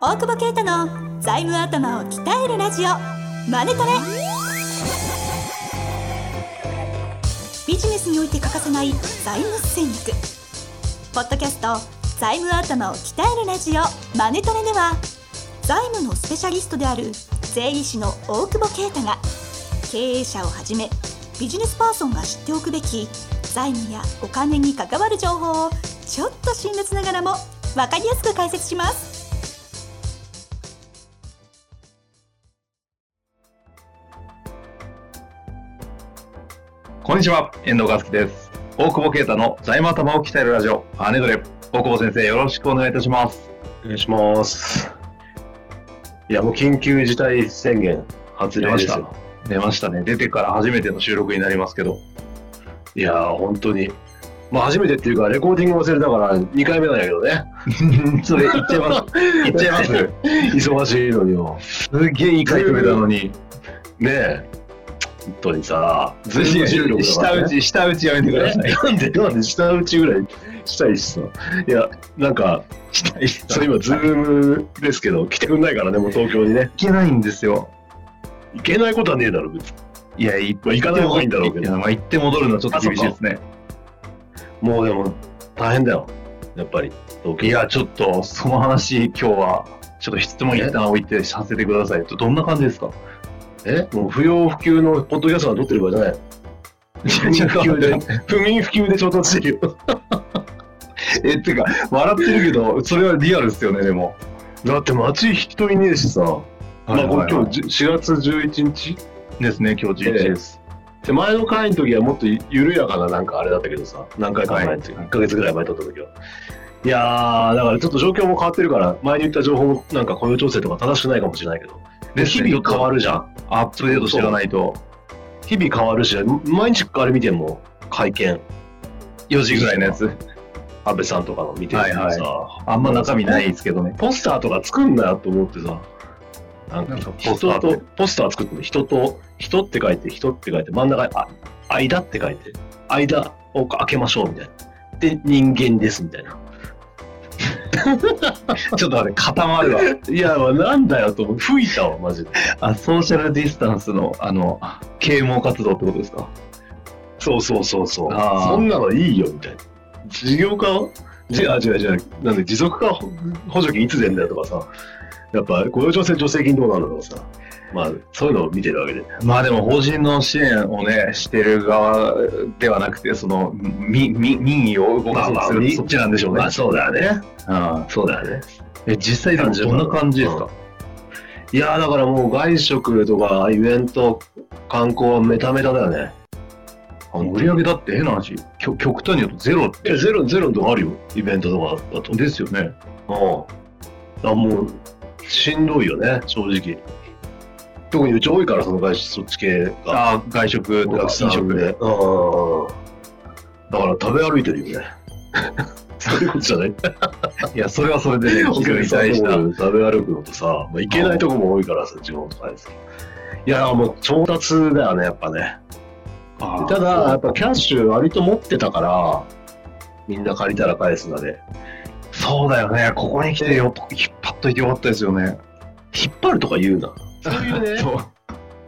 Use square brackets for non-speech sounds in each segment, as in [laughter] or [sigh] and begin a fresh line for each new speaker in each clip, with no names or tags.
大久保啓太の財務頭を鍛えるラジオマネトレビジネスにおいて欠かせない財務戦略ポッドキャスト財務頭を鍛えるラジオマネトレでは財務のスペシャリストである税理士の大久保啓太が経営者をはじめビジネスパーソンが知っておくべき財務やお金に関わる情報をちょっと辛辣ながらも分かりやすく解説します
こんにちは、遠藤和樹です。大久保啓太の財務頭を鍛えるラジオ、パネドレ。大久保先生、よろしくお願いいたします。
お願いします。いや、もう緊急事態宣言発令ですよ。
出ましたね。出てから初めての収録になりますけど。
いやー、本当に。まあ、初めてっていうか、レコーディング忘れたから2回目なんやけどね。
それ、言っちゃいます。 [laughs] 言っちゃいます。
忙しいのにも。
すげえいい回組めたのに。
ねえ。本当にさ、
ず
ーム収録だか
下
らね
打ち、下打ちやめてください。
なんで、なんで、下打ちぐらいしたいしさ。いや、なんか、
下打ち
そう今、ズームですけど、来てくんないからね、もう東京にね。
いけないんですよ。
行けないことはねえだろ、別に
いや、い
まあ行かない方がいいんだろうけど
やまあ行って戻るのはちょっと厳しいですね。
もうでも、大変だよ。やっぱり、東京。
いや、ちょっと、その話、今日は、ちょっと質問一旦置いてさせてください。どんな感じですか
えもう不要不急のポッドキャストが撮ってる場合じゃない。不眠不休で、不眠不休で調達してるよ。
え、ってか、笑ってるけど、それはリアルですよね、でも。
だって街人いねえしさ。まあ、
まあ、今
今
日
日じ4月11日
ですね、今日11日です。
で前の回の時はもっと緩やかななんかあれだったけどさ、何回か前って、
はい
1ヶ月ぐらい前だった時は。いやー、だからちょっと状況も変わってるから、前に言った情報もなんか雇用調整とか正しくないかもしれないけど、
で
日々変わ
る。
るじゃん。
アップデートしていかないと、
日々変わるし、毎日あれ見ても会見、
4時ぐらいのやつ。
安倍さんとかの見てる
はいはい
さ、
あんま中身ないですけどね。
ポスターとか作んなよと思ってさ、なん
な
か
んかポスター
人
って
と、ポスター作っても人と、人って書いて、人って書いて、真ん中に、あ、間って書いて、間を開けましょうみたいな。で、人間ですみたい [laughs] な。
ちょっと待って、固ま
[laughs]
るわ。
いや、まあなんだよと思って、吹いたわ、マジで。
あ、ソーシャルディスタンスの、あの、啓蒙活動ってことですか
そうそうそうそう。
あー
そんなのいいよみたいな。事業化をじゃあ、じゃあ、じゃあ、なんで持続化補補助金いつ出んだよとかさ、やっぱ雇用調整助成金どうなのとかさ、まあそういうのを見てるわけで。
まあでも、法人の支援をね、してる側ではなくて、その、み、み、民意を動かそうとする、
まあまあ
そっちなんでしょうね
まあ。そうだよね。
うん
そうだよね。
え、実際でもどんな感じですか
いやーだからもう外食とかイベント、観光はメタメタだよね。
あの売り上げだって変な話、きょ極端に言うとゼロっ
え、ゼロ、ゼロのとかあるよ。イベントとかだと。
てですよね。
うん。あ、もう、しんどいよね、正直。特にうち多いから、その外食、そっち系が。
あー外食と
お
か
客さん
飲食で。。
うんうんうんだから食べ歩いてるよね。そういうことじゃない
[laughs] いや、それはそれ
[laughs]
でね、
お
お客
客
に
さん
対した。
と食べ歩くのとさ、まあ、行けないとこも多いからさ、地方とかですいやー、もう調達だよね、やっぱね。
あー
ただ、やっぱキャッシュ割と持ってたから、みんな借りたら返すので。
そうだよね。ここに来てよ、引っ張っといてよかったですよね。
引っ張るとか言うな。そういう [laughs] ね、
そう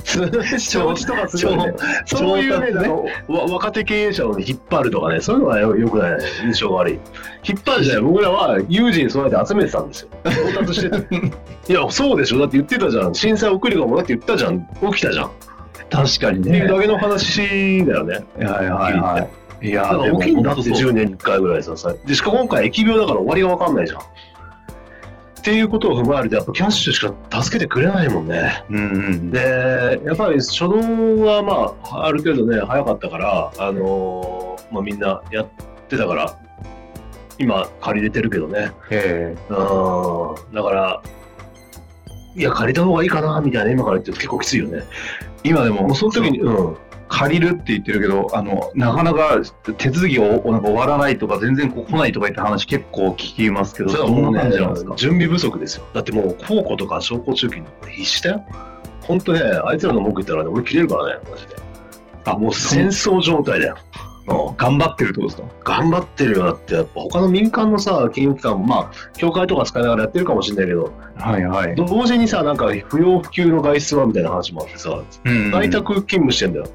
調子とかするよね。そういう
調
ね、
達ね
あのわ若手経営者を引っ張るとかね、そういうのはよよくない、印象が悪い。引っ張るじゃない、僕らは有事に備えて集めてた
[laughs]
んですよ。調達してて。いや、そうでしょ、だって言ってたじゃん。震災送るかもだって言ったじゃん。起きたじゃん。
確かに
ってい
ね
う。だけの話だよね。
はいはいはい。いや
だか
ー、で
ら
も、
大きいんだって
本当そう
10年に1回ぐらいささでしかも今回疫病だから終わりが分かんないじゃんっていうことを踏まえるとやっぱキャッシュしか助けてくれないもんね
うんうん。
でやっぱり初動はまあある程度ね早かったからあのーまあみんなやってたから今借りれてるけどね
え
うんだからいや借りた方がいいかなみたいな今から言ってると結構きついよね
え今で
も
も、
うその時にうん
借りるって言ってるけど、あの、なかなか手続きをなんか終わらないとか、全然こう来ないとか言った話結構聞きますけど、
それは
ど
も
ん
う
な
ね
感じなんですか、
準備不足ですよ。だってもう、高校とか商工中金とか必死だよ。ほんとね、あいつらの文句言ったらね、俺切れるからね、マジで。
あ、
もう戦争状態だよ。
うん頑張ってるってことですか
頑張ってるよだってやっぱ他の民間のさ金融機関もまあ協会とか使いながらやってるかもしれないけど
はいはい。
同時にさなんか不要不急の外出はみたいな話もあってさ
うん
在宅勤務してんだよ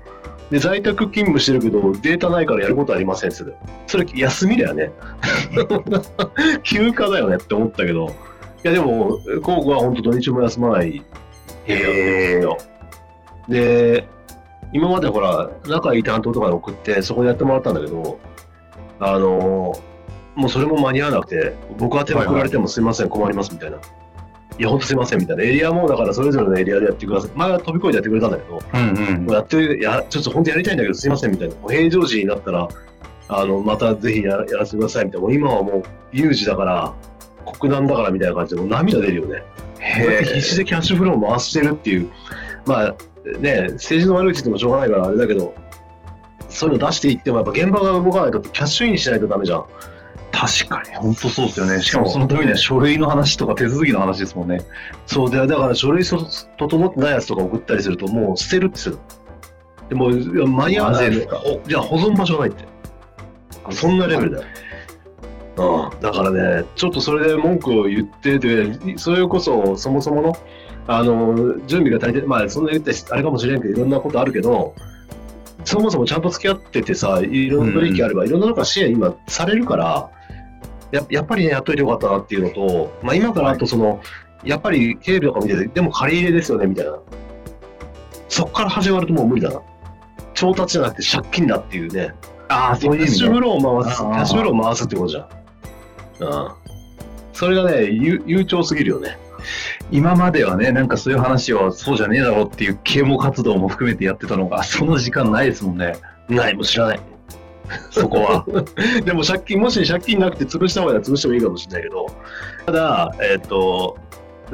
で在宅勤務してるけどデータないからやることありませんっつってたよそれ休みだよね [laughs] 休暇だよねって思ったけどいやでも高校は本当土日も休まない
へー
で、今までほら、仲いい担当とかに送って、そこでやってもらったんだけど、あのーもうそれも間に合わなくて、僕宛て送られてもすいません、困りますみたいな。いや、ほんとすいませんみたいな。エリアもだからそれぞれのエリアでやってください。前は飛び越えてやってくれたんだけど、
うん
もうやって、や、ちょっと本当やりたいんだけどすいませんみたいな。もう平常時になったら、あの、またぜひややらせてくださいみたいな。もう今はもう有事だから、国難だからみたいな感じで、もう涙出るよね。
うん。
こうや
へ
って必死でキャッシュフローを回してるっていう、まあね、政治の悪口でもしょうがないからあれだけど、そういうの出していっても、やっぱ現場が動かないと、キャッシュインしないとダメじゃん。
確かに、本当そうですよね。しかも
そう
そのためには書類の話とか手続きの話ですもんね。
そうで、だから書類そ整ってないやつとか送ったりすると、もう捨てるってする。でも、いや間に合わない
マジ
の
ですか
おじゃあ保存場所ないって。そんなレベルだよ。うん、だからね、ちょっとそれで文句を言ってて、それこそそもそものあの準備が足りて、まあ、そんな言ってあれかもしれんけど、いろんなことあるけど、そもそもちゃんと付き合っててさ、いろんな取引あれば、いろんなのが支援、今、されるからや、やっぱりね、やっといてよかったなっていうのと、まあ、今からあとその、やっぱり警備とか見てて、でも借り入れですよねみたいな、そこから始まるともう無理だな、調達じゃなくて借金だっていうね。
ああ、
キャッシュフローを回す、キ
あ
ャ
ー
ッシュフローを回すってことじゃん。うん。それがね、ゆ悠長すぎるよね。
今まではね、なんかそういう話をそうじゃねえだろうっていう啓蒙活動も含めてやってたのが、その時間ないですもんね。
ない、もう知らない。
そこは。
[laughs] でも借金、もし借金なくて潰した方が潰してもいいかもしれないけど、ただ、えっ、と、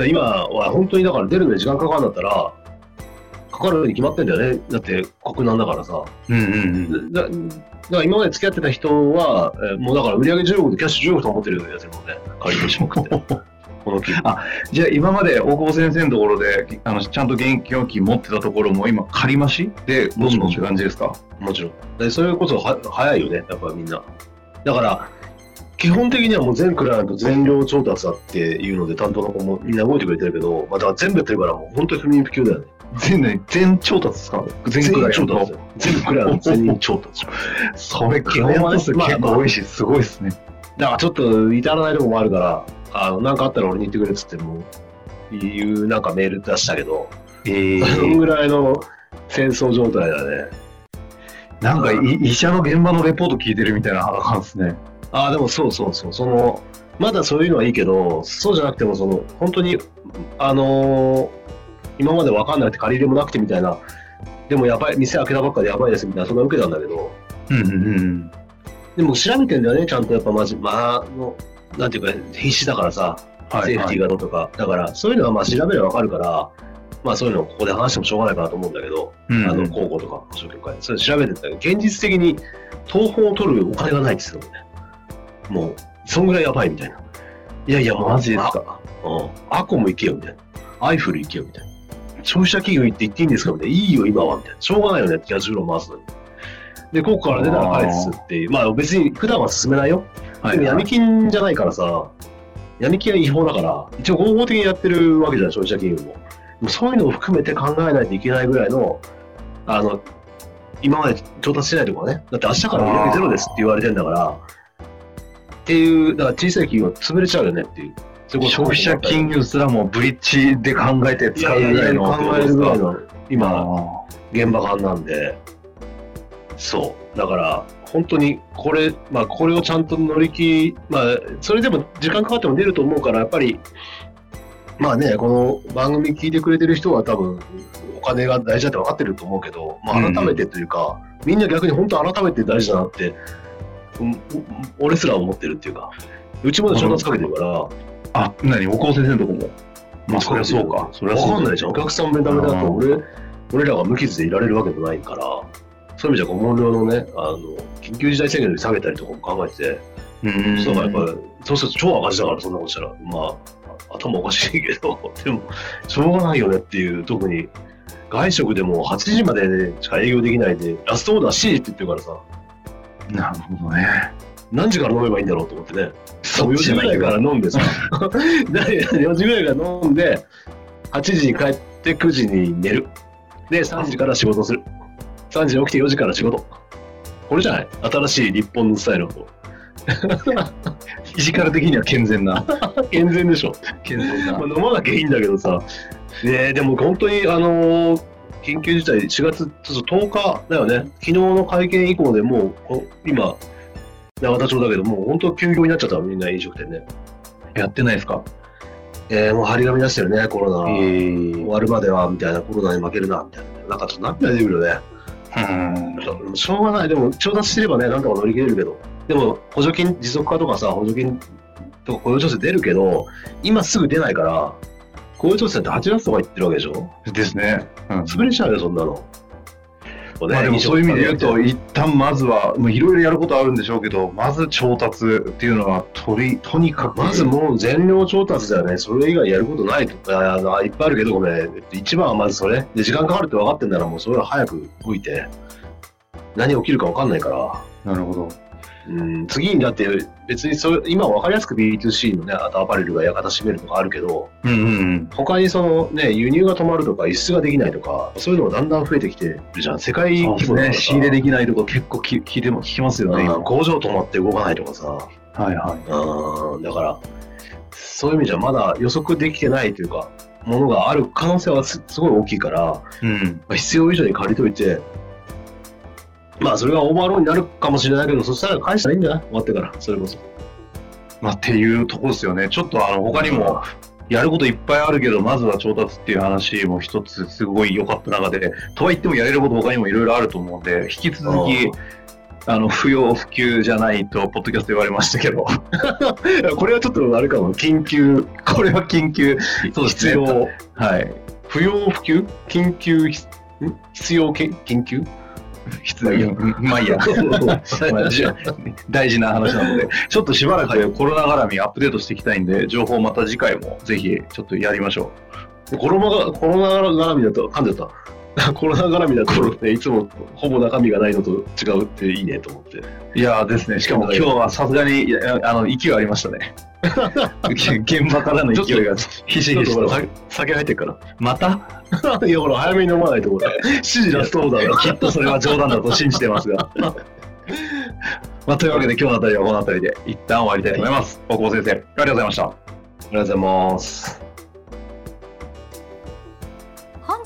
今は本当にだから出るのに時間かかるんだったら、かかるに決まってんだよね。だって国難だからさ。
うんうんうん。
だだから今まで付き合ってた人は、えーもうだから売上10億でキャッシュ10億と思ってるようなやつもんね、借りてしまくって。この機
あじゃあ今まで大久保先生のところで、あのちゃんと現金持ってたところも今、借り増しで、どんどんって感じですか
もちろん。でそれこそは早いよね、やっぱみんな。だから、基本的にはもう全クライアント全量調達だっていうので、担当の子もみんな動いてくれてるけど、まあ、だから全部やってるから、もう本当に不眠不休だよね。
全然、全調達ですか全
全
クラ
員
イア
調
ント
達だよ。全クライアント全員調達。
それ、
基
基
本
本
は
は
ね
結構多いし、すごいですね。
だからちょっと至らないとこもあるから、あの、なんかあったら俺に言ってくれっつってもう、いうなんかメール出したけど、
ええ
そのぐらいの戦争状態だね。
なんかい医者の現場のレポート聞いてるみたいな肌感ですね。
ああ、でもそうそうそう、その、まだそういうのはいいけど、そうじゃなくても、その、本当に、あのー今まで分かんなくて借り入れもなくてみたいな、でもやばい、店開けたばっかでやばいですみたいな、そんな受けたんだけど、
うんうんうん。
でも調べてんだよね、ちゃんとやっぱまじ、まあ、の、なんていうか、必死だからさ、
はい、
セーフ
は
ティ
い
ー。がどうとか、だから、そういうのはまあ調べれば分かるから、まあそういうのをここで話してもしょうがないかなと思うんだけど、
うん
あの、高校とか、保証協会、それ調べてたけど、現実的に、東宝を取るお金がないですよね。もう、そんぐらいやばいみたいな。いやいや、もう
マジですか。
あうん。アコも行けよ、みたいな。アイフル行けよ、みたいな。消費者企業行って行っていいんですかみたいな。いいよ、今は、みたいな。しょうがないよね、キャッシュフロー回すのに。で、高校から出たら返すっていう。まあ別に普段は進めないよ。
は
で
い
も闇金じゃないからさ、闇金は違法だから、一応合法的にやってるわけじゃん、消費者金融も。でもそういうのを含めて考えないといけないぐらいの、あの、今まで調達してないとこはね、だって明日から売上ゼロですって言われてんだから、っていう、だから小さい企業は潰れちゃうよねっていう。それこそ
消費者金融すらもブリッジで考えて
い
使
や
う
い
ぐ
や
らい
いや
の
考えるぐらいの、今、
今
現場感なんで、そう、だから、本当にこれ、まあ、これをちゃんと乗り切り、まあ、それでも時間かかっても出ると思うから、やっぱり、まあね、この番組聞いてくれてる人は、多分お金が大事だって分かってると思うけど、まあ、改めてというか、みんな逆に本当、改めて大事だなって、うん俺すら思ってるっていうか、うちまで調達かけてるから、
あ何お高先生のとこもまあそりゃそうかそりゃそう
わかんないじゃん。お客さんもダメだと、
うん
俺、俺らが無傷でいられるわけもないから、そういう意味じゃ、顧問料のね、あの、緊急事態宣言で下げたりとかも考えて
うん
て、そうやっぱ、そうすると超赤字だから、そんなことしたら、まあ、頭おかしいけど、 [laughs] でも、しょうがないよねっていう、特に、外食でも8時までしか営業できないで、ラストオーダー7時って言ってるからさ、
なるほどね。
何時から飲めばいいんだろうと思ってね。
そ
4
っちじ
時
ゃ
ぐ
ない
ら
け
い
ど
から飲んでさ。4時ぐらいから飲んで、8時に帰って9時に寝る。で、3時から仕事する。3時に起きて4時から仕事。これじゃない新しい日本のスタイルのこ
フィジカル的には健全 [laughs] な。
う健全でしょ。
健全
まあ、飲まなきゃいいんだけどさ。ねえでも本当に、あのー緊急事態4月ちょっと10日だよね。昨日の会見以降でもう、こ今、永田町だけど、もう本当休業になっちゃったみんな飲食店ね。
やってないですか
えー、もう張り紙出してるね、コロナ。終
ー。
わるまでは、みたいな、コロナに負けるな、みたいな。なんかちょっと涙出てくるよね。
うん。
しょうがない。でも、調達してればね、なんとか乗り切れるけど。でも、補助金、持続化とかさ、補助金とか雇用調整出るけど、今すぐ出ないから、雇用調整って8月とか言ってるわけでしょ
ですね。うん
潰れちゃうよ、そんなの。
まあ、でもそういう意味で言うと、一旦まずは、まあいろいろやることあるんでしょうけど、まず調達っていうのは、とりとにかく、
まずもう全量調達だよね、それ以外やることないと、ああいっぱいあるけど、ごめん、一番はまずそれ、で時間かかるって分かってんなら、もうそれは早く動いて、何起きるか分かんないから、
なるほど。
うん、次にだって、別にそれ今は分かりやすく B2C のね、あとアパレルが館閉めるとかあるけど、
うんうん
他にそのね、輸入が止まるとか、輸出ができないとか、そういうのがだんだん増えてきてるじゃん、世界
うん。
規模だからさ
仕入れできないとこ結構き聞いても聞きますよね、
う
今
ん工場止まって動かないとかさ。
はいはい。
うんだから、そういう意味じゃまだ予測できてないというか、ものがある可能性はすすごい大きいから、ま
うん。
あ必要以上に借りといて、まあそれがオーバーローになるかもしれないけど、そしたら返したらいいんじゃない終わってから、それこそ。
まあ、っていうとこですよね。ちょっとあの他にも、やることいっぱいあるけど、まずは調達っていう話も一つすごい良かった中で、とはいってもやれること他にもいろいろあると思うんで、引き続き、あの、不要不急じゃないと、ポッドキャストで言われましたけど、 [laughs]
これはちょっとあれかも、緊急、
これは緊急、そうです
必
ね
要、
はい、
不要不急緊急ひ、ん必要け緊急
必要、まあいいや。まあ [laughs] じゃあ大事な話なので、ちょっとしばらくコロナ絡みアップデートしていきたいんで、情報また次回もぜひちょっとやりましょ
コロナが、コロナ絡みだと、噛んでた。 [laughs] コロナ絡みだと、ね、いつもほぼ中身がないのと違うっていいねと思って。
う。いやーですね、しかも今日はさすがにいやあの勢いありましたね。現場からの勢いがひしひし
ちょっと
と
ほ。ら酒入ってっから。
ま [laughs] た
いやほら早めに飲まないとこれ7時ラストオーダーだ
きっとそれは冗談だと信じてます
[laughs]
が。まあ、というわけで今日のあたりはこのあたりで一旦終わりたいと思います。大久保先生、ありがとうございました。
ありがとうございます
本